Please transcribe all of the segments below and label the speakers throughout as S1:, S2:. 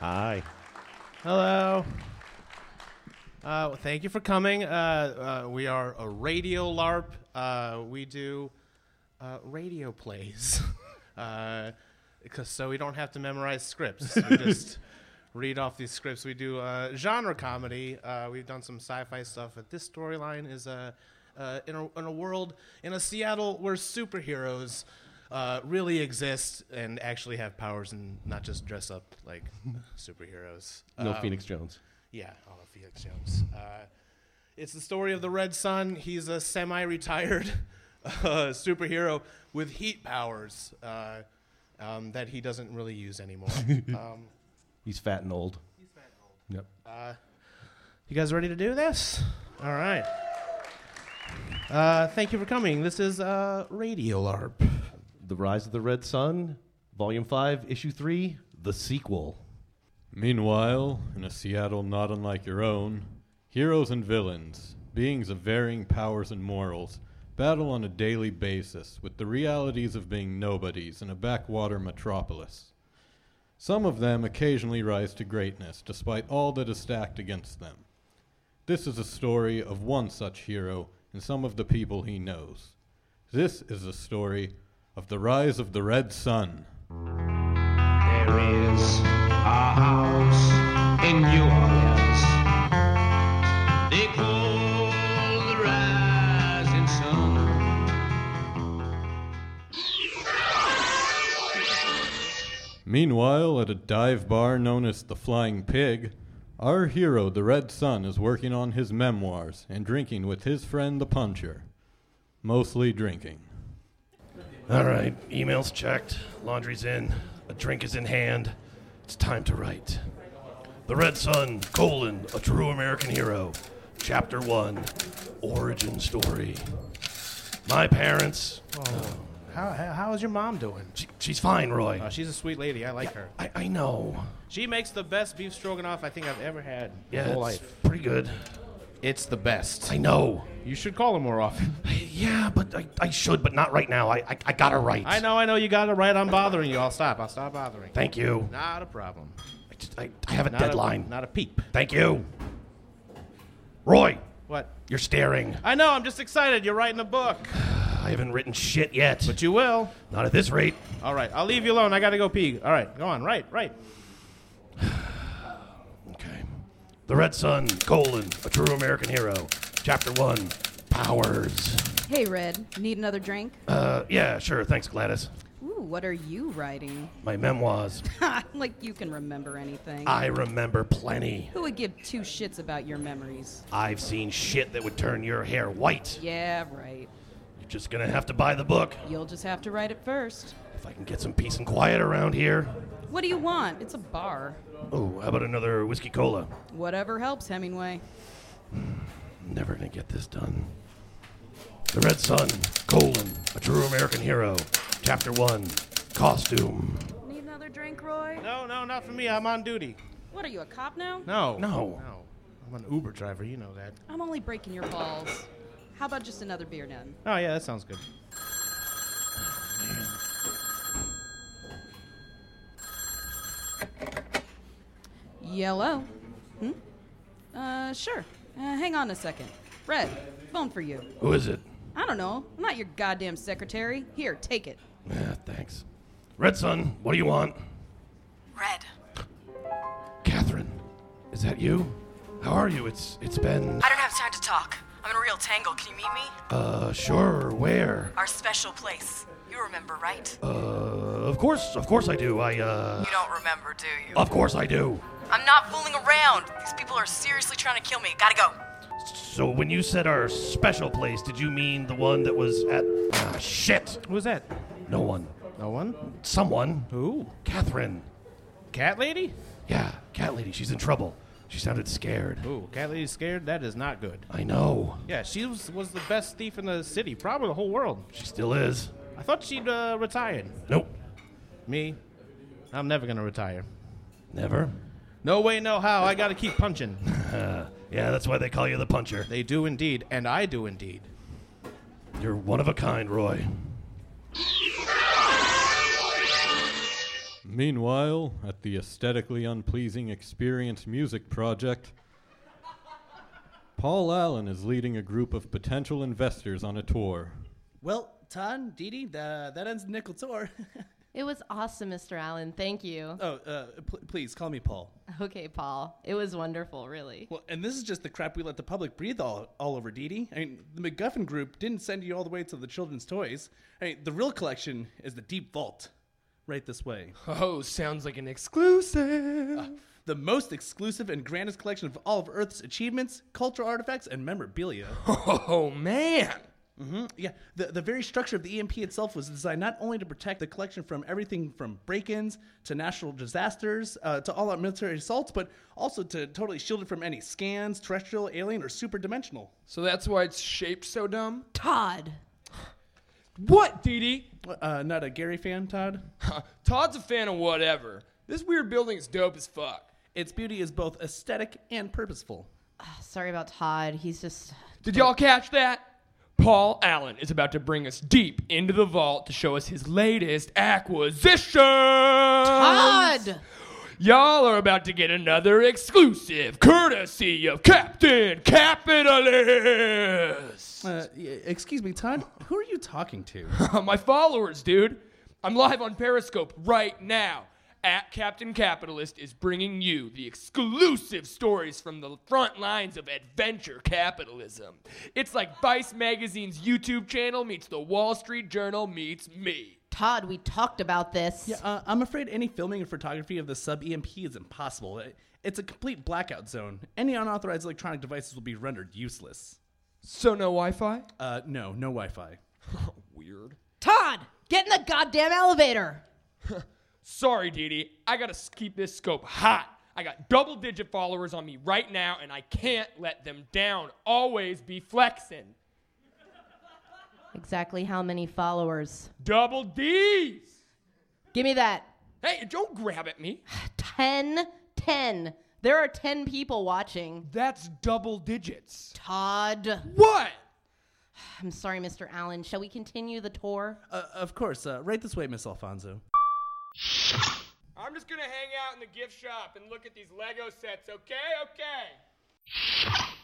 S1: Hi.
S2: Hello. Uh, well, thank you for coming. Uh, uh, we are a radio LARP. Uh, we do uh, radio plays, uh, 'cause- so we don't have to memorize scripts. We just read off these scripts. We do uh, genre comedy. Uh, we've done some sci-fi stuff, but this storyline is uh, uh, in, a, in a world in a Seattle where superheroes uh, really exist and actually have powers and not just dress up like superheroes. Um,
S1: No Phoenix Jones.
S2: Yeah, all of Felix Jones. Uh, it's the story of the Red Sun. He's a semi-retired uh, superhero with heat powers uh, um, that he doesn't really use anymore. um, uh,
S1: He's fat and old. Yep.
S2: you guys ready to do this? All right. Uh, thank you for coming. This is uh, Radio LARP.
S1: The Rise of the Red Sun, Volume 5, Issue 3, the sequel.
S3: Meanwhile, in a Seattle not unlike your own, heroes and villains, beings of varying powers and morals, battle on a daily basis with the realities of being nobodies in a backwater metropolis. Some of them occasionally rise to greatness despite all that is stacked against them. This is a story of one such hero and some of the people he knows. This is the story of the rise of the Red Sun.
S4: There is a house in New Orleans. They call the rising sun.
S3: Meanwhile, at a dive bar known as the Flying Pig, our hero, the Red Sun, is working on his memoirs and drinking with his friend, the Puncher. Mostly drinking.
S5: All right, emails checked, laundry's in, a drink is in hand. It's time to write. The Red Sun, colon, a true American hero. Chapter 1, origin story. My parents,
S2: Oh, How, how, how is your mom doing?
S5: she, she's fine, Roy.
S2: Uh, she's a sweet lady. I like her.
S5: I, I know.
S2: She makes the best beef stroganoff I think I've ever had in my
S5: Yeah,
S2: whole
S5: it's
S2: life.
S5: pretty good.
S2: It's the best.
S5: I know.
S2: You should call her more often.
S5: Yeah, but I, I should, but not right now. I, I, I gotta write.
S2: I know, I know. You got it right. I'm bothering you. I'll stop. I'll stop bothering. you.
S5: Thank you.
S2: Not a problem.
S5: I, just- I, I have a
S2: Not
S5: deadline.
S2: A, not a peep.
S5: Thank you. Roy,
S2: What?
S5: you're staring.
S2: I know. I'm just excited. You're writing a book,
S5: I haven't written shit yet.
S2: but you will.
S5: Not at this rate.
S2: All right. I'll leave you alone. I gotta go pee. All right. Go on. Right. Right.
S5: Okay. The Red Sun, colon, a true American hero. Chapter 1, Powers.
S6: Hey, Red, need another drink?
S5: Uh, yeah, sure. Thanks, Gladys.
S6: Ooh, what are you writing?
S5: My memoirs.
S6: like you can remember anything.
S5: I remember plenty.
S6: Who would give two shits about your memories?
S5: I've seen shit that would turn your hair white.
S6: Yeah, right.
S5: You're just gonna have to buy the book.
S6: You'll just have to write it first.
S5: If I can get some peace and quiet around here.
S6: What do you want? It's a bar.
S5: Oh, how about another whiskey cola?
S6: Whatever helps, Hemingway.
S5: Never gonna get this done. The Red Sun, colon, a true American hero. Chapter 1, Costume.
S6: Need another drink, Roy?
S2: No, no, not for me. I'm on duty.
S6: What are you, a cop now?
S2: No.
S5: No.
S2: No. I'm an Uber driver. You know that.
S6: I'm only breaking your balls. How about just another beer, then?
S2: Oh yeah, that sounds good.
S6: Yellow. Hmm? Uh, sure. Uh, hang on a second. Red, phone for you.
S5: Who is it?
S6: I don't know. I'm not your goddamn secretary. Here, take it.
S5: Yeah, thanks. Red Sun, what do you want?
S7: Red.
S5: Catherine, is that you? How are you? It's it's been
S7: I don't have time to talk. I'm in a real tangle. Can you meet me?
S5: uh sure where?
S7: Our special place. You remember, right?
S5: Uh of course, of course I do. I uh
S7: You don't remember, do you?
S5: of course I do.
S7: I'm not fooling around. These people are seriously trying to kill me. Gotta go.
S5: So when you said our special place, did you mean the one that was at ah, shit?
S2: Who's that?
S5: No one.
S2: No one.
S5: Someone.
S2: Who?
S5: Catherine.
S2: Cat lady?
S5: Yeah, cat lady, she's in trouble. She sounded scared.
S2: Ooh, cat lady's scared. That is not good.
S5: I know.
S2: Yeah, she was, was the best thief in the city, probably the whole world.
S5: She still is.
S2: I thought she'd uh, retired.
S5: Nope.
S2: Me, I'm never gonna retire.
S5: Never.
S2: No way, no how. I gotta keep punching.
S5: Yeah, that's why they call you the puncher.
S2: They do indeed, and I do indeed.
S5: You're one of a kind, Roy.
S3: Meanwhile, at the aesthetically unpleasing Experience Music Project, Paul Allen is leading a group of potential investors on a tour.
S8: Well, Tan, Dee Dee, that, that ends the nickel tour.
S9: It was awesome, Mr. Allen. Thank you.
S8: oh, uh, pl- please call me Paul.
S9: Okay, Paul. It was wonderful, really.
S8: Well, and this is just the crap we let the public breathe all, all over, Dee Dee. I mean, the MacGuffin group didn't send you all the way to the children's toys. I mean, the real collection is the deep vault, right this way. Uh,
S10: Oh, sounds like an exclusive.
S8: The most exclusive and grandest collection of all of Earth's achievements, cultural artifacts, and memorabilia. Mm-hmm.
S10: Oh man.
S8: Yeah, the, the very structure of the EMP itself was designed not only to protect the collection from everything from break ins to national disasters uh, to all out military assaults, but also to totally shield it from any scans, terrestrial, alien, or super dimensional.
S10: So that's why it's shaped so dumb.
S9: Todd.
S10: What, Dee Dee?
S8: Uh, not a Gary fan, Todd.
S10: Todd's a fan of whatever. This weird building is dope as fuck.
S8: Its beauty is both aesthetic and purposeful.
S9: Sorry about Todd. He's just.
S10: Did y'all catch that? Paul Allen is about to bring us deep into the vault to show us his latest acquisition.
S9: Todd!
S10: Y'all are about to get another exclusive courtesy of Captain Capitalist.
S8: Uh, y- excuse me, Todd, who are you talking to?
S10: My followers, dude. I'm live on Periscope right now. At Captain Capitalist is bringing you the exclusive stories from the front lines of adventure capitalism. It's like Vice Magazine's YouTube channel meets the Wall Street Journal meets me.
S9: Todd, we talked about this.
S8: Uh, I'm afraid any filming or photography of the sub EMP is impossible. It- It's a complete blackout zone. Any unauthorized electronic devices will be rendered useless.
S10: So, no Wi Fi?
S8: Uh, no, no Wi Fi.
S10: Weird.
S9: Todd! Get in the goddamn elevator!
S10: Sorry, Dee Dee. I gotta s- keep this scope hot. I got double digit followers on me right now, and I can't let them down. Always be flexing.
S9: Exactly how many followers?
S10: Double D's.
S9: Give me that.
S10: Hey, don't grab at me.
S9: 10. 10. There are 10 people watching.
S10: That's double digits.
S9: Todd.
S10: What?
S9: I'm sorry, Mr. Allen. Shall we continue the tour?
S8: Uh, of course, uh, right this way, Miss Alfonso.
S10: I'm just gonna hang out in the gift shop and look at these Lego sets, okay? Okay.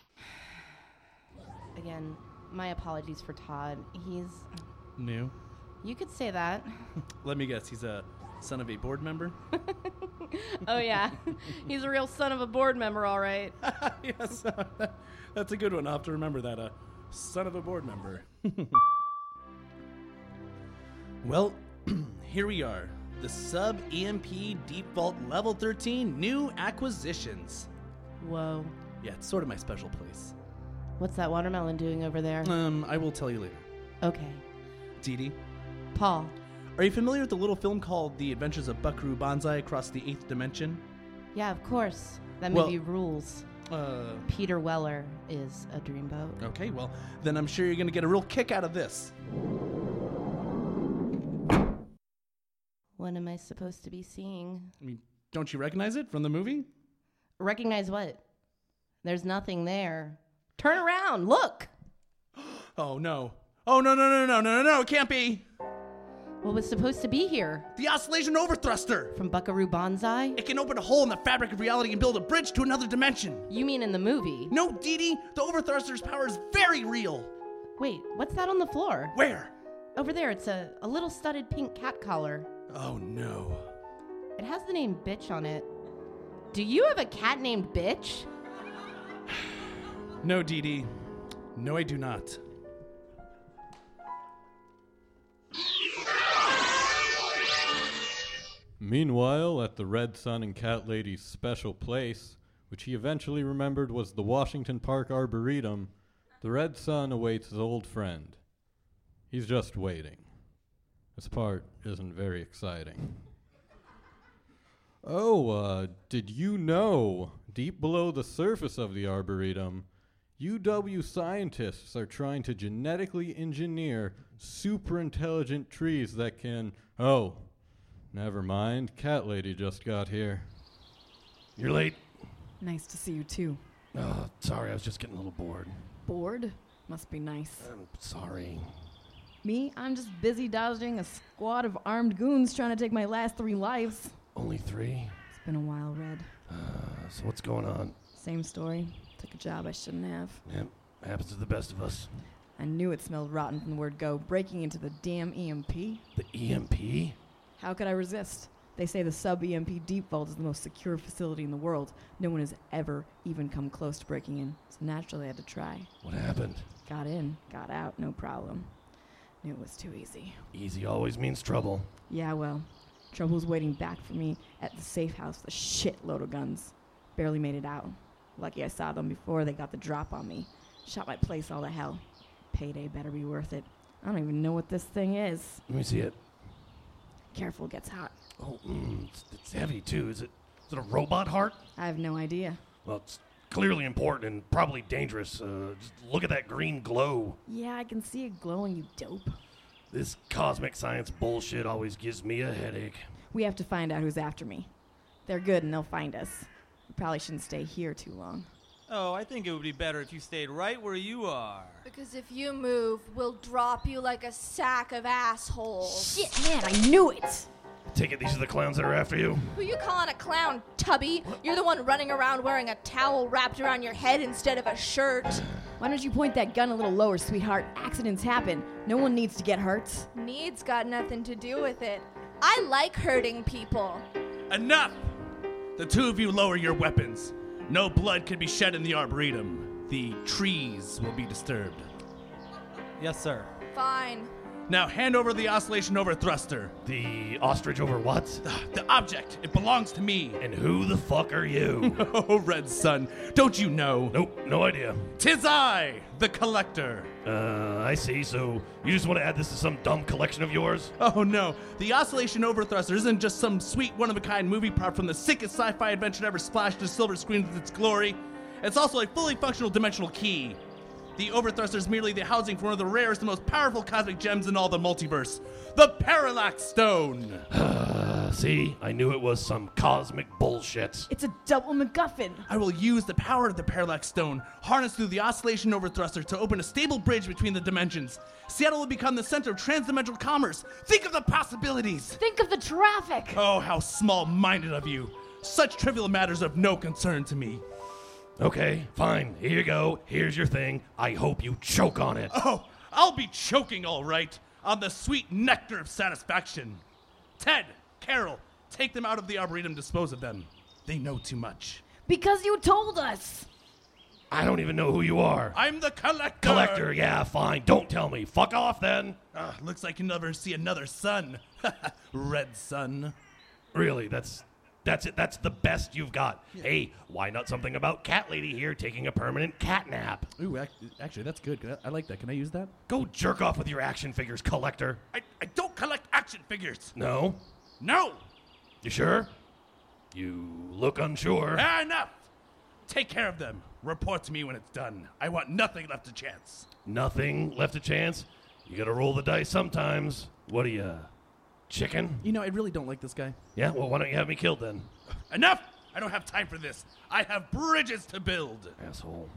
S9: Again, my apologies for Todd. He's.
S8: New.
S9: You could say that.
S8: Let me guess, he's a son of a board member?
S9: Oh, yeah. He's a real son of a board member, all right.
S8: yes, that's a good one. I'll have to remember that. Uh, son of a board member. well, here we are. The sub EMP default level 13 new acquisitions.
S9: Whoa.
S8: Yeah, it's sort of my special place.
S9: What's that watermelon doing over there?
S8: Um, I will tell you later.
S9: Okay.
S8: Dee Dee,
S9: Paul.
S8: are you familiar with the little film called The Adventures of Buckaroo Banzai Across the Eighth Dimension?
S9: Yeah, of course. That
S8: Well-
S9: movie rules.
S8: Uh,
S9: Peter Weller is a dreamboat.
S8: Okay, well, then I'm sure you're going to get a real kick out of this.
S9: What am I supposed to be seeing?
S8: I mean, don't you recognize it from the movie?
S9: Recognize what? There's nothing there. Turn around. Look.
S8: Oh, no. Oh, no, no, no, no, no, no, no, it can't be!
S9: What was supposed to be here?
S8: The oscillation overthruster!
S9: From Buckaroo Banzai?
S8: It can open a hole in the fabric of reality and build a bridge to another dimension!
S9: You mean in the movie?
S8: No, Dee Dee, the overthruster's power is very real!
S9: Wait, what's that on the floor?
S8: Where?
S9: Over there, it's a, a little studded pink cat collar.
S8: Oh, no.
S9: It has the name Bitch on it. Do you have a cat named Bitch?
S8: No, Dee Dee. No, I do not.
S3: Meanwhile, at the Red Sun and Cat Lady's special place, which he eventually remembered was the Washington Park Arboretum, the Red Sun awaits his old friend. He's just waiting. This part isn't very exciting. Oh, uh, did you know? Deep below the surface of the Arboretum, UW scientists are trying to genetically engineer super intelligent trees that can. Oh, Never mind. Cat lady just got here.
S5: You're late.
S11: Nice to see you too.
S5: Oh, sorry, I was just getting a little bored.
S11: Bored? Must be nice.
S5: I'm sorry.
S11: Me? I'm just busy dodging a squad of armed goons trying to take my last three lives.
S5: Only three?
S11: It's been a while, Red.
S5: Uh, so what's going on?
S11: Same story. Took a job I shouldn't have.
S5: Yep, happens to the best of us.
S11: I knew it smelled rotten from the word go, breaking into the damn EMP.
S5: The E EMP?
S11: How could I resist? They say the sub EMP deep vault is the most secure facility in the world. No one has ever even come close to breaking in, so naturally I had to try.
S5: What happened?
S11: Got in, got out, no problem. Knew it was too easy.
S5: Easy always means trouble.
S11: Yeah, well, trouble was waiting back for me at the safe house with a shitload of guns. Barely made it out. Lucky I saw them before they got the drop on me. Shot my place all to hell. Payday better be worth it. I don't even know what this thing is.
S5: Let me see it.
S11: Careful, gets hot.
S5: Oh, mm, it's, it's heavy too. Is it? Is it a robot heart?
S11: I have no idea.
S5: Well, it's clearly important and probably dangerous. Uh, just look at that green glow.
S11: Yeah, I can see it glowing, you dope.
S5: This cosmic science bullshit always gives me a headache.
S11: We have to find out who's after me. They're good and they'll find us. We probably shouldn't stay here too long.
S12: Oh, I think it would be better if you stayed right where you are.
S13: Because if you move, we'll drop you like a sack of assholes.
S11: Shit, man, I knew it!
S5: Take it, these are the clowns that are after you.
S13: Who you calling a clown, Tubby? You're the one running around wearing a towel wrapped around your head instead of a shirt.
S11: Why don't you point that gun a little lower, sweetheart? Accidents happen. No one needs to get hurt.
S13: Needs got nothing to do with it. I like hurting people.
S8: Enough! The two of you lower your weapons. No blood can be shed in the arboretum. The trees will be disturbed.
S12: Yes, sir.
S13: Fine.
S8: Now hand over the oscillation over thruster.
S5: The ostrich over what?
S8: The object. It belongs to me.
S5: And who the fuck are you?
S8: oh, Red Sun. Don't you know?
S5: Nope, no idea.
S8: Tis I, the collector.
S5: Uh, I see. So you just want to add this to some dumb collection of yours?
S8: Oh no, the oscillation over thruster isn't just some sweet one-of-a-kind movie prop from the sickest sci-fi adventure to ever splashed the silver screen with its glory. It's also a fully functional dimensional key. The Overthruster is merely the housing for one of the rarest and most powerful cosmic gems in all the multiverse the Parallax Stone!
S5: see, I knew it was some cosmic bullshit.
S11: It's a double MacGuffin!
S8: I will use the power of the Parallax Stone, harnessed through the Oscillation Overthruster, to open a stable bridge between the dimensions. Seattle will become the center of transdimensional commerce. Think of the possibilities!
S11: Think of the traffic!
S8: Oh, how small minded of you! Such trivial matters are of no concern to me.
S5: Okay, fine. Here you go. Here's your thing. I hope you choke on it.
S8: Oh, I'll be choking all right on the sweet nectar of satisfaction. Ted, Carol, take them out of the arboretum. Dispose of them. They know too much.
S11: Because you told us!
S5: I don't even know who you are.
S8: I'm the collector.
S5: Collector, yeah, fine. Don't tell me. Fuck off then.
S8: Ah, looks like you never see another sun. Red sun.
S5: Really, that's that's it. That's the best you've got. Hey, why not something about Cat Lady here taking a permanent cat nap?
S9: Ooh, ac- actually, that's good. I, I like that. Can I use that?
S5: Go jerk off with your action figures, collector.
S8: I, I don't collect action figures.
S5: No?
S8: No.
S5: You sure? You look unsure.
S8: Ah, enough. Take care of them. Report to me when it's done. I want nothing left to chance.
S5: Nothing left a chance? You gotta roll the dice sometimes. What do you, chicken?
S9: You know, I really don't like this guy.
S5: Yeah, well, why don't you have me killed then?
S8: Enough. I don't have time for this. I have bridges to build.
S5: Asshole.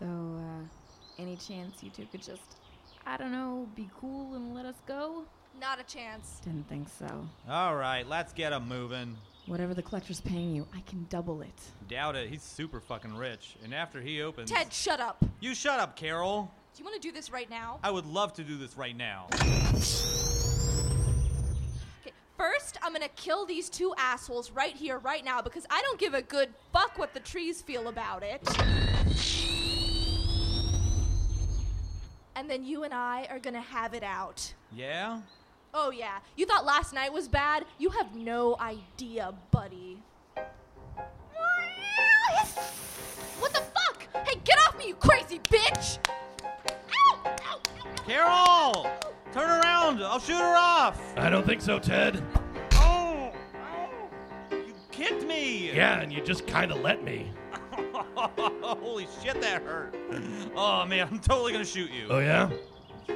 S11: So, uh, any chance you two could just, I don't know, be cool and let us go?
S13: Not a chance.
S11: Didn't think so.
S12: All right, let's get 'em moving.
S11: Whatever the collector's paying you, I can double it.
S12: Doubt it. He's super fucking rich. And after he opens.
S13: Ted, shut up. Do
S12: You shut up, Carol.
S13: you want to do this right now?
S12: I would love to do this right now.
S13: Okay, first, I'm gonna kill these two assholes right here, right now, because I don't give a good fuck what the trees feel about it. And then you and I are gonna have it out.
S12: Yeah?
S13: Oh, yeah. You thought last night was bad? You have no idea, buddy. What the fuck? Hey, get off me, you crazy bitch!
S12: Carol! Turn around! I'll shoot her off!
S5: I don't think so, Ted.
S12: Oh! oh, You kicked me!
S5: Yeah, and you just kinda let me.
S12: Holy shit, that hurt. Oh man, I'm totally gonna shoot you.
S5: Oh, yeah?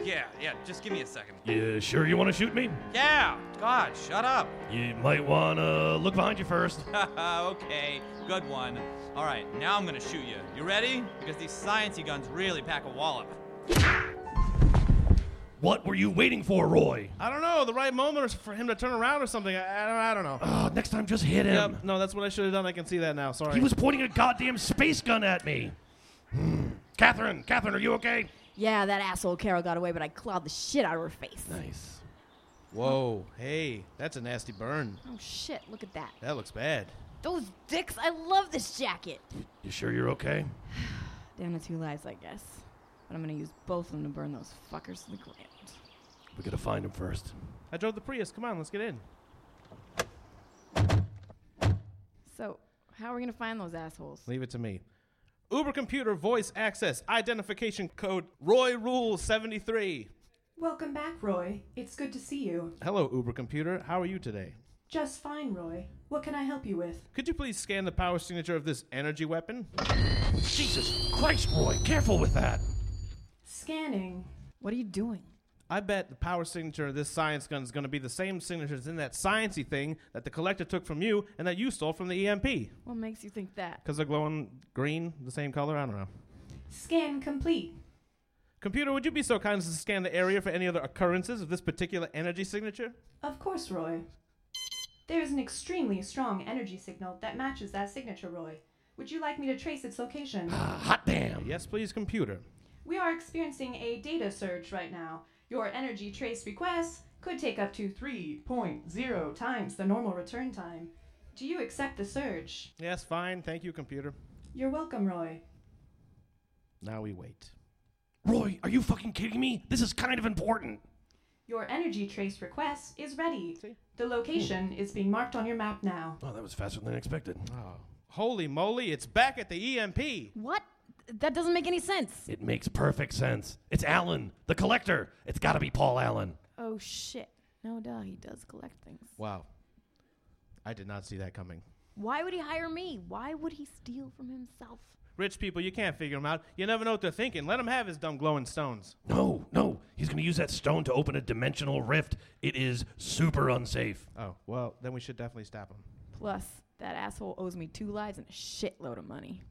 S12: Yeah, yeah, just give me a second.
S5: You sure you wanna shoot me?
S12: Yeah! God, shut up!
S5: You might wanna look behind you first.
S12: okay, good one. All right, now I'm gonna shoot you. You ready? Because these sciencey guns really pack a wallop.
S5: What were you waiting for, Roy?
S2: I don't know. The right moment is for him to turn around or something. I, I, don't, I don't know.
S5: Oh, next time, just hit him.
S2: Yep. No, that's what I should have done. I can see that now. Sorry.
S5: He was pointing a goddamn space gun at me. Hmm. Catherine, Catherine, are you okay?
S11: Yeah, that asshole Carol got away, but I clawed the shit out of her face.
S2: Nice. Whoa. Hey, that's a nasty burn.
S11: Oh shit, look at that.
S2: That looks bad.
S11: Those dicks, I love this jacket.
S5: You sure you're okay?
S11: Down to two lives, I guess. But I'm gonna use both of them to burn those fuckers to the ground.
S5: We gotta find him first.
S2: I drove the Prius. Come on, let's get in.
S11: So, how are we gonna find those assholes?
S2: Leave it to me. Uber computer voice access identification code Roy Rule 73.
S14: Welcome back, Roy. It's good to see you.
S2: Hello, Uber computer. How are you today?
S14: Just fine, Roy. What can I help you with?
S2: Could you please scan the power signature of this energy weapon?
S5: Jesus Christ, Roy, careful with that.
S14: Scanning.
S11: What are you doing?
S2: I bet the power signature of this science gun is going to be the same signatures in that sciency thing that the collector took from you and that you stole from the E EMP.
S11: What makes you think that?
S2: Because they're glowing green, the same color? I don't know.
S14: Scan complete.
S2: Computer, would you be so kind as to scan the area for any other occurrences of this particular energy signature?
S14: Of course, Roy. There is an extremely strong energy signal that matches that signature, Roy. Would you like me to trace its location?
S5: hot damn!
S2: Yes, please, computer.
S14: We are experiencing a data surge right now. Your energy trace requests could take up to 3.0 times the normal return time. Do you accept the surge?
S2: Yes, fine. Thank you, computer.
S14: You're welcome, Roy.
S2: Now we wait.
S5: Roy, are you fucking kidding me? This is kind of important.
S14: Your energy trace request is ready. The location is being marked on your map now.
S5: Oh, that was faster than expected.
S2: Oh. Holy moly, it's back at the E EMP.
S11: What? That doesn't make any sense.
S5: It makes perfect sense. It's Alan, the collector. It's gotta be Paul Allen.
S11: Oh shit. No duh, he does collect things.
S2: Wow. I did not see that coming.
S11: Why would he hire me? Why would he steal from himself?
S2: Rich people, you can't figure him out. You never know what they're thinking. Let him have his dumb glowing stones.
S5: No, no. He's gonna use that stone to open a dimensional rift. It is super unsafe.
S2: Oh, well, then we should definitely stop him.
S11: Plus, that asshole owes me two lives and a shitload of money.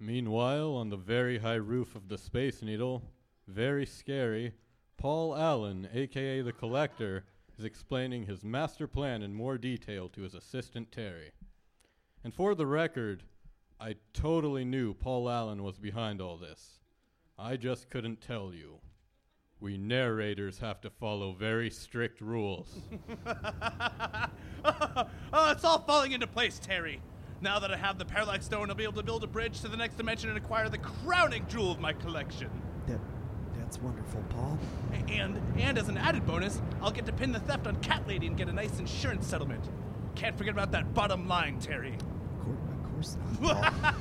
S3: Meanwhile, on the very high roof of the Space Needle, very scary, Paul Allen, aka the Collector, is explaining his master plan in more detail to his assistant Terry. And for the record, I totally knew Paul Allen was behind all this. I just couldn't tell you. We narrators have to follow very strict rules.
S8: oh, it's all falling into place, Terry. Now that I have the Parallax Stone, I'll be able to build a bridge to the next dimension and acquire the crowning jewel of my collection.
S15: That, that's wonderful, Paul.
S8: A- And, and as an added bonus, I'll get to pin the theft on Cat Lady and get a nice insurance settlement. Can't forget about that bottom line, Terry.
S15: Of course not. Paul.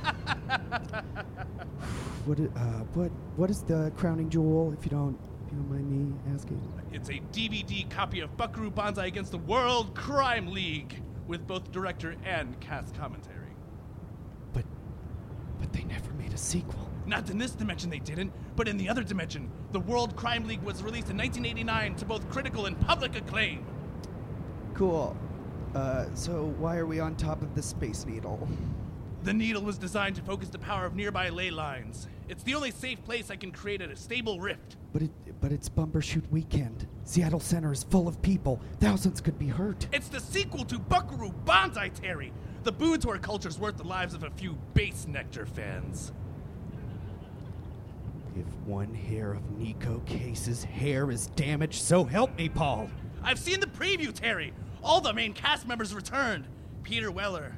S15: what, i- uh, what, what is the crowning jewel, if you don't, if you don't mind me asking?
S8: It's a DVD copy of Buckaroo Banzai Against the World Crime League, with both director and cast commentary.
S15: But they never made a sequel.
S8: Not in this dimension they didn't, but in the other dimension. The World Crime League was released in 1989 to both critical and public acclaim.
S15: Cool. Uh, so why are we on top of the Space Needle?
S8: The needle was designed to focus the power of nearby ley lines. It's the only safe place I can create a stable rift.
S15: But it, but it's bumper shoot weekend. Seattle Center is full of people. Thousands could be hurt.
S8: It's the sequel to Buckaroo Banzai Terry. The Bootor culture's worth the lives of a few base nectar fans.
S15: If one hair of Nico Case's hair is damaged, so help me, Paul.
S8: I've seen the preview, Terry. All the main cast members returned. Peter Weller,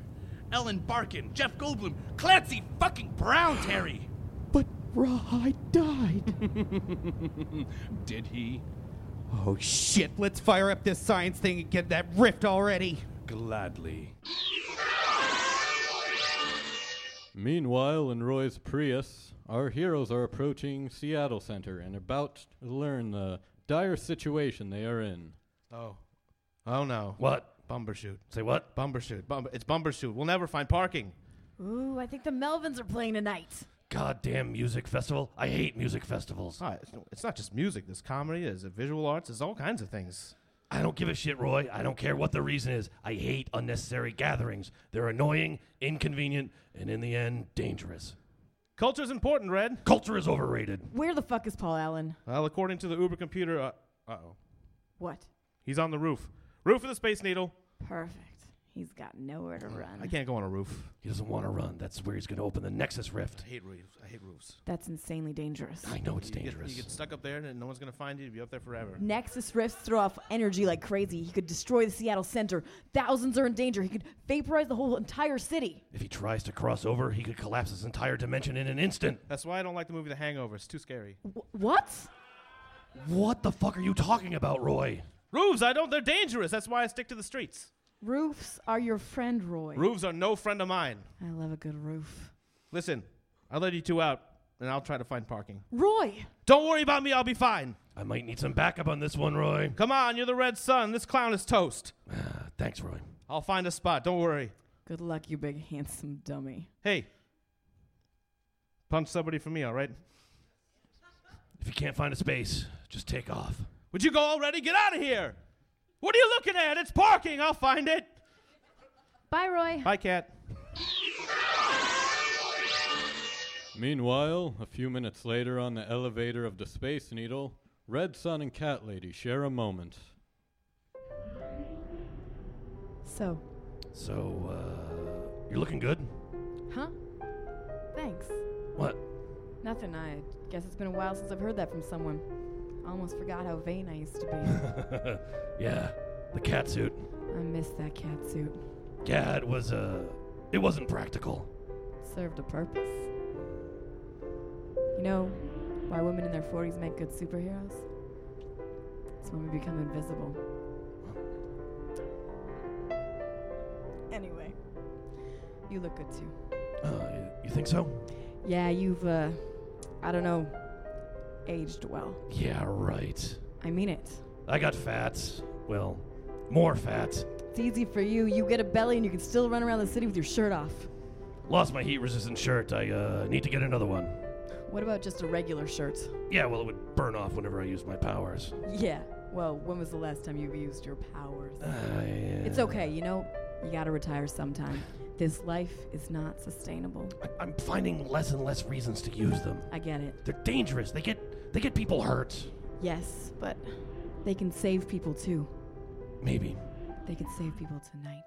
S8: Ellen Barkin, Jeff Goldblum, Clancy fucking Brown, Terry.
S15: But Rawhide died.
S8: Did he?
S15: oh shit! Let's fire up this science thing and get that rift already.
S8: Gladly.
S3: Meanwhile, in Roy's Prius, our heroes are approaching Seattle Center and about to learn the dire situation they are in.
S2: Oh. Oh no.
S5: What?
S2: Bumbershoot.
S5: Say what?
S2: Bumbershoot. Bum- it's Bumbershoot. We'll never find parking.
S11: Ooh, I think the Melvins are playing tonight.
S5: Goddamn music festival. I hate music festivals.
S2: Ah, it's, it's not just music. There's comedy, there's visual arts, there's all kinds of things.
S5: I don't give a shit, Roy. I don't care what the reason is. I hate unnecessary gatherings. They're annoying, inconvenient, and in the end, dangerous.
S2: Culture's important, Red.
S5: Culture is overrated.
S11: Where the fuck is Paul Allen?
S2: Well, according to the Uber computer, uh oh.
S11: What?
S2: He's on the roof. Roof of the Space Needle.
S11: Perfect. He's got nowhere to run.
S2: I can't go on a roof.
S5: He doesn't want to run. That's where he's going to open the Nexus Rift.
S2: I hate roofs. I hate roofs.
S11: That's insanely dangerous.
S5: I know it's
S2: You get-
S5: dangerous. Mm.
S2: you get stuck up there and no one's going to find you. You'll be up there forever.
S11: Nexus rifts throw off energy like crazy. He could destroy the Seattle center. Thousands are in danger. He could vaporize the whole entire city.
S5: If he tries to cross over, he could collapse his entire dimension in an instant.
S2: That's why I don't like the movie The Hangover. It's too scary.
S11: What?
S5: What the fuck are you talking about, Roy?
S2: Roofs, I don't. They're dangerous. That's why I stick to the streets.
S11: Roofs are your friend, Roy.
S2: Roofs are no friend of mine.
S11: I love a good roof.
S2: Listen, I'll let you two out and I'll try to find parking.
S11: Roy!
S2: Don't worry about me. I'll be fine.
S5: I might need some backup on this one, Roy. Ah,
S2: Come on, you're the Red Sun. This clown is toast.
S5: Thanks, Roy.
S2: I'll find a spot. Don't worry.
S11: Good luck, you big handsome dummy.
S2: Hey, punch somebody for me, all right?
S5: If you can't find a space, just take off.
S2: Would you go already? Get out of here. What are you looking at? It's parking. I'll find it.
S11: Bye, Roy.
S2: Bye, cat.
S3: Meanwhile, a few minutes later on the elevator of the Space Needle, Red Sun and Cat Lady share a moment.
S11: So,
S5: So, uh, you're looking good?
S11: huh? Thanks.
S5: What?
S11: Nothing. I guess it's been a while since I've heard that from someone. I almost forgot how vain I used to be.
S5: yeah, the cat suit.
S11: I miss that cat suit.
S5: Yeah, it was, uh, it wasn't practical.
S11: served a purpose. You know why women in their 40s make good superheroes? It's when we become invisible. Anyway, you look good too.
S5: You think so?
S11: Yeah, you've, uh, I don't know, aged well.
S5: Yeah, right.
S11: I mean it.
S5: I got fats. Well, more fats.
S11: It's easy for you. You get a belly and you can still run around the city with your shirt off.
S5: Lost my heat resistant shirt. I, uh, need to get another one.
S11: What about just a regular shirt?
S5: Yeah, well, it would burn off whenever I use my powers.
S11: Yeah. Well, when was the last time you've used your powers? It's
S5: Uh, yeah.
S11: okay, you know, you gotta retire sometime. This life is not sustainable.
S5: I'm finding less and less reasons to use them.
S11: I get it.
S5: They're dangerous. They get they get people hurt.
S11: Yes, but they can save people too.
S5: Maybe
S11: They can save people tonight.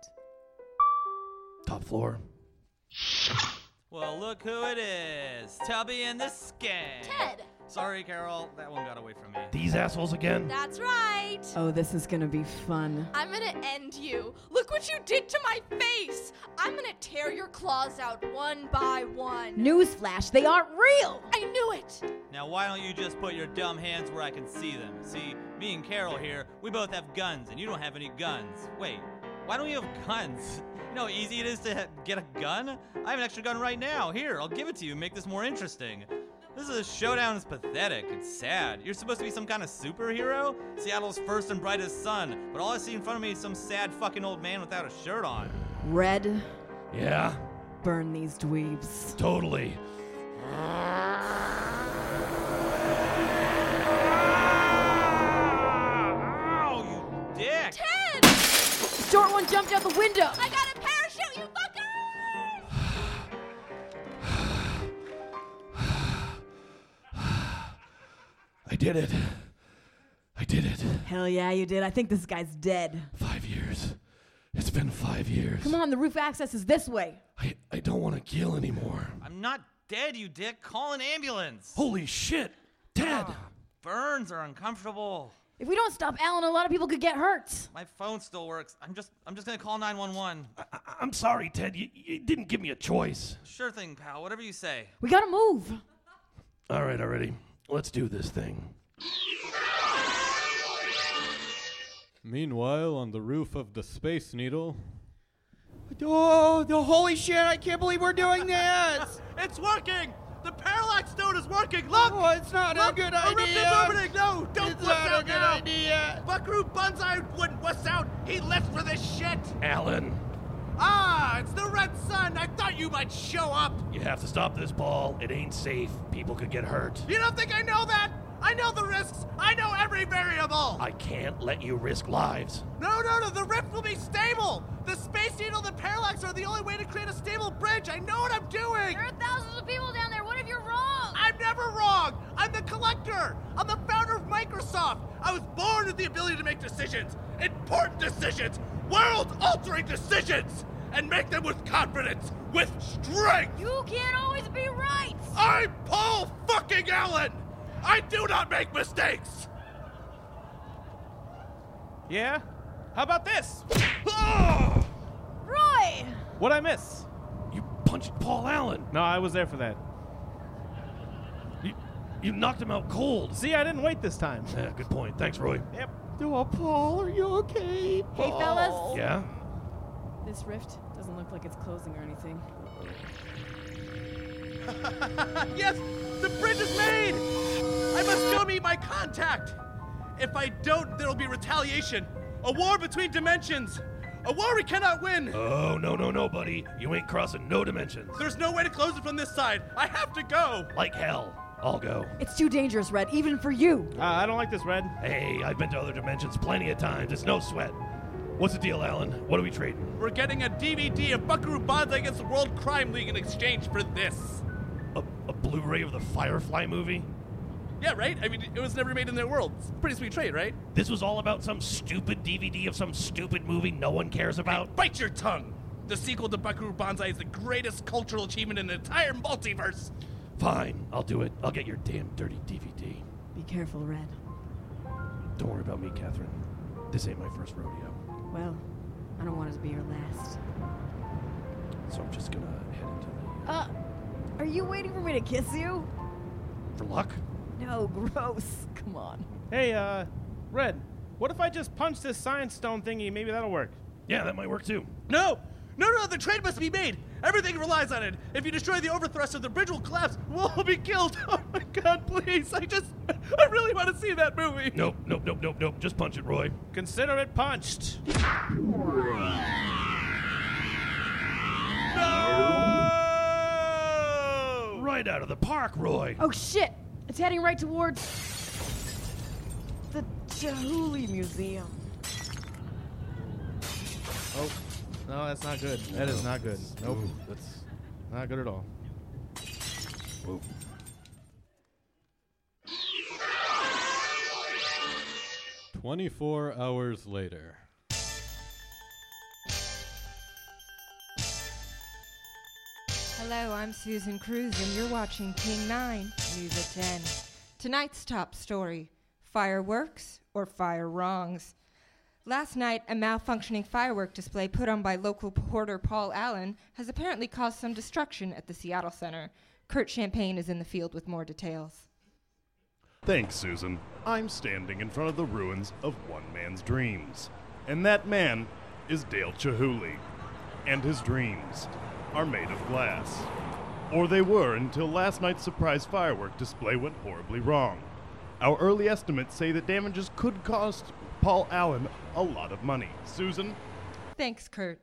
S5: top floor.
S12: Well, look who it is. Tubby and the Skank. Ted. Sorry, Carol. That one got away from me.
S5: These assholes again.
S13: That's right.
S11: Oh, this is gonna be fun.
S13: I'm gonna end you. Look what you did to my face. I'm gonna tear your claws out one by one.
S11: Newsflash, they aren't real!
S13: I knew it.
S12: Now, why don't you just put your dumb hands where I can see them? See, me and Carol here, we both have guns, and you don't have any guns. Wait, why don't you have guns? You know how easy it is to ha- get a gun? I have an extra gun right now. Here, I'll give it to you and make this more interesting. This is a showdown is pathetic. It's sad. You're supposed to be some kind of superhero? Seattle's first and brightest sun, but all I see in front of me is some sad fucking old man without a shirt on.
S11: Red.
S5: Yeah.
S11: Burn these dweebs.
S5: Totally.
S12: Dick!
S13: Ted!
S11: Short one jumped out the window!
S13: I got a parachute, you fucker!
S5: I did it. I did it.
S11: Hell yeah, you did. I think this guy's dead.
S5: Five years. It's been five years.
S11: Come on, the roof access is this way.
S5: I don't want to kill anymore.
S12: I'm not dead, you dick. Call an ambulance. Ah,
S5: Holy shit, Ted!
S12: burns are uncomfortable.
S11: If we don't stop Alan, a lot of people could get hurt.
S12: My phone still works. I'm just I'm just gonna call 911.
S5: I'm sorry, Ted. You, you didn't give me a choice.
S12: Sure thing, pal. Whatever you say.
S11: We gotta move.
S5: All right, already. Let's do this thing.
S3: Meanwhile, on the roof of the Space Needle,
S16: Oh, the holy shit! I can't believe we're doing this.
S12: it's working. The parallax node is working.
S16: Look. Oh, it's not Look, a good the rift is idea. opening. No, don't it's blitz not out a good now. idea.
S12: Buckaroo Banzai wouldn't wuss out. He left for this shit.
S5: Alan,
S16: Ah, it's the red sun. I thought you might show up.
S5: you have to stop this ball. It ain't safe. People could get hurt.
S16: You don't think I know that? I know the risks. I know every variable.
S5: I can't let you risk lives.
S16: No, no, no. The rift will be stable. The space needle, and the parallax are the only way to create a stable bridge. I know what I'm doing.
S13: There are thousands of people down there. What have
S16: I'm never wrong. I'm the collector. I'm the founder of Microsoft. I was born with the ability to make decisions, important decisions, world altering decisions, and make them with confidence, with strength.
S17: You can't always be right.
S16: I'm Paul fucking Allen. I do not make mistakes.
S2: Yeah? How about this?
S17: Roy!
S2: What'd I miss?
S5: Punched Paul Allen.
S2: No, I was there for that.
S5: You knocked him out cold.
S2: See, I didn't wait this time.
S5: Yeah, good point. Thanks, Roy.
S2: Yep.
S16: Oh, Paul, are you okay?
S11: Hey, fellas.
S5: Yeah?
S11: This rift doesn't look like it's closing or anything.
S8: yes, the bridge is made. I must go meet my contact. If I don't, there'll be retaliation. A war between dimensions. A war we cannot win.
S5: Oh, no, no, no, buddy. You ain't crossing no dimensions.
S8: There's no way to close it from this side. I have to go.
S5: Like hell. I'll go.
S17: It's too dangerous, Red, even for you.
S2: Uh, I don't like this, Red.
S5: Hey, I've been to other dimensions plenty of times. It's no sweat. What's the deal, Alan? What are we trading?
S8: We're getting a DVD of Buckaroo Banzai against the World Crime League in exchange for this.
S5: A Blu ray of the Firefly movie?
S8: Yeah, right? I mean, it was never made in their world. It's a pretty sweet trade, right?
S5: This was all about some stupid DVD of some stupid movie no one cares about?
S8: Bite your tongue! The sequel to Buckaroo Banzai is the greatest cultural achievement in the entire multiverse.
S5: Fine, I'll do it. I'll get your damn dirty DVD.
S11: Be careful, Red.
S5: Don't worry about me, Catherine. This ain't my first rodeo,
S11: Well, I don't want it to be your last.
S5: so I'm just gonna head into the.
S11: Uh, are you waiting for me to kiss you?
S5: For luck?
S11: No, gross. Come on.
S2: Hey, uh, Red, what if I just punch this science stone thingy? Maybe that'll work.
S5: Yeah, that might work too.
S8: No! No, no, the trade must be made! Everything relies on it! If you destroy the overthruster, the bridge will collapse! We'll all be killed! Oh my god, please! I just. I really want to see that movie!
S5: Nope, nope, nope, nope, nope. Just punch it, Roy.
S2: Consider it punched.
S5: Right out of the park, Roy.
S17: Oh shit! It's heading right towards the Jahuli Museum.
S2: Oh, no, that's not good. That is not good. Nope. That's not good at all.
S3: Twenty-four hours later.
S18: Hello, I'm Susan Cruz, and you're watching King 9, News at 10. Tonight's top story fireworks or fire wrongs. Last night, a malfunctioning firework display put on by local porter Paul Allen has apparently caused some destruction at the Seattle Center. Kurt Champagne is in the field with more details.
S19: Thanks, Susan. I'm standing in front of the ruins of one man's dreams. And that man is Dale Chihuly. And his dreams are made of glass. Or they were until last night's surprise firework display went horribly wrong. Our early estimates say that damages could cost Paul Allen a lot of money. Susan,
S18: Thanks, Kurt.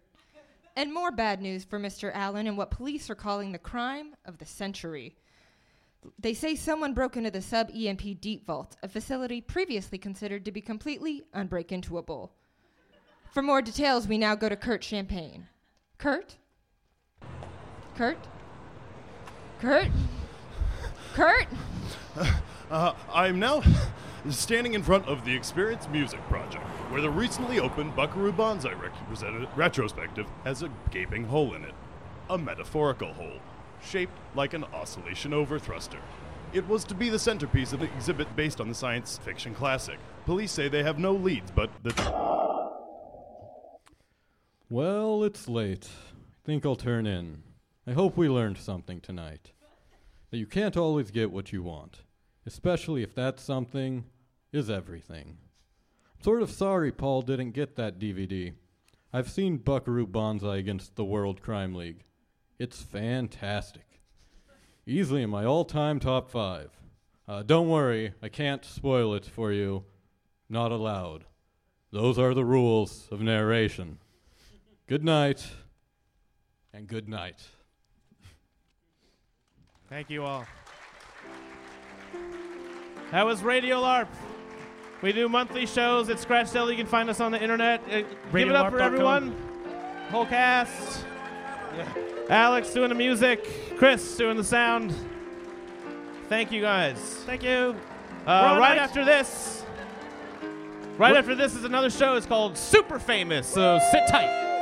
S18: And more bad news for Mr. Allen and what police are calling the crime of the century. They say someone broke into the sub EMP deep vault, a facility previously considered to be completely unbreak intoable. For more details, we now go to Kurt Champagne. Kurt? Kurt? Kurt? Kurt?
S19: Uh, I'm now standing in front of the Experience Music Project, where the recently opened Buckaroo Banzai rec- present- retrospective has a gaping hole in it. A metaphorical hole, shaped like an oscillation overthruster. It was to be the centerpiece of the exhibit based on the science fiction classic. Police say they have no leads, but the.
S3: Well, it's late. I think I'll turn in. I hope we learned something tonight. That you can't always get what you want, especially if that something is everything. I'm sort of sorry Paul didn't get that DVD. I've seen Buckaroo Banzai against the World Crime League. It's fantastic. Easily in my all time top five. Uh, don't worry, I can't spoil it for you. Not allowed. Those are the rules of narration. Good night, and good night.
S2: Thank you all. That was Radio LARP. We do monthly shows at Scratch Deli. You can find us on the internet. Uh, give it up for
S8: RadioLARP.com.
S2: everyone. Whole cast. Alex doing the music. Chris doing the sound. Thank you guys.
S20: Thank you.
S2: Uh,
S20: on
S2: right
S20: night-
S2: after this, right after this is another show. It's called Super Famous. So sit tight.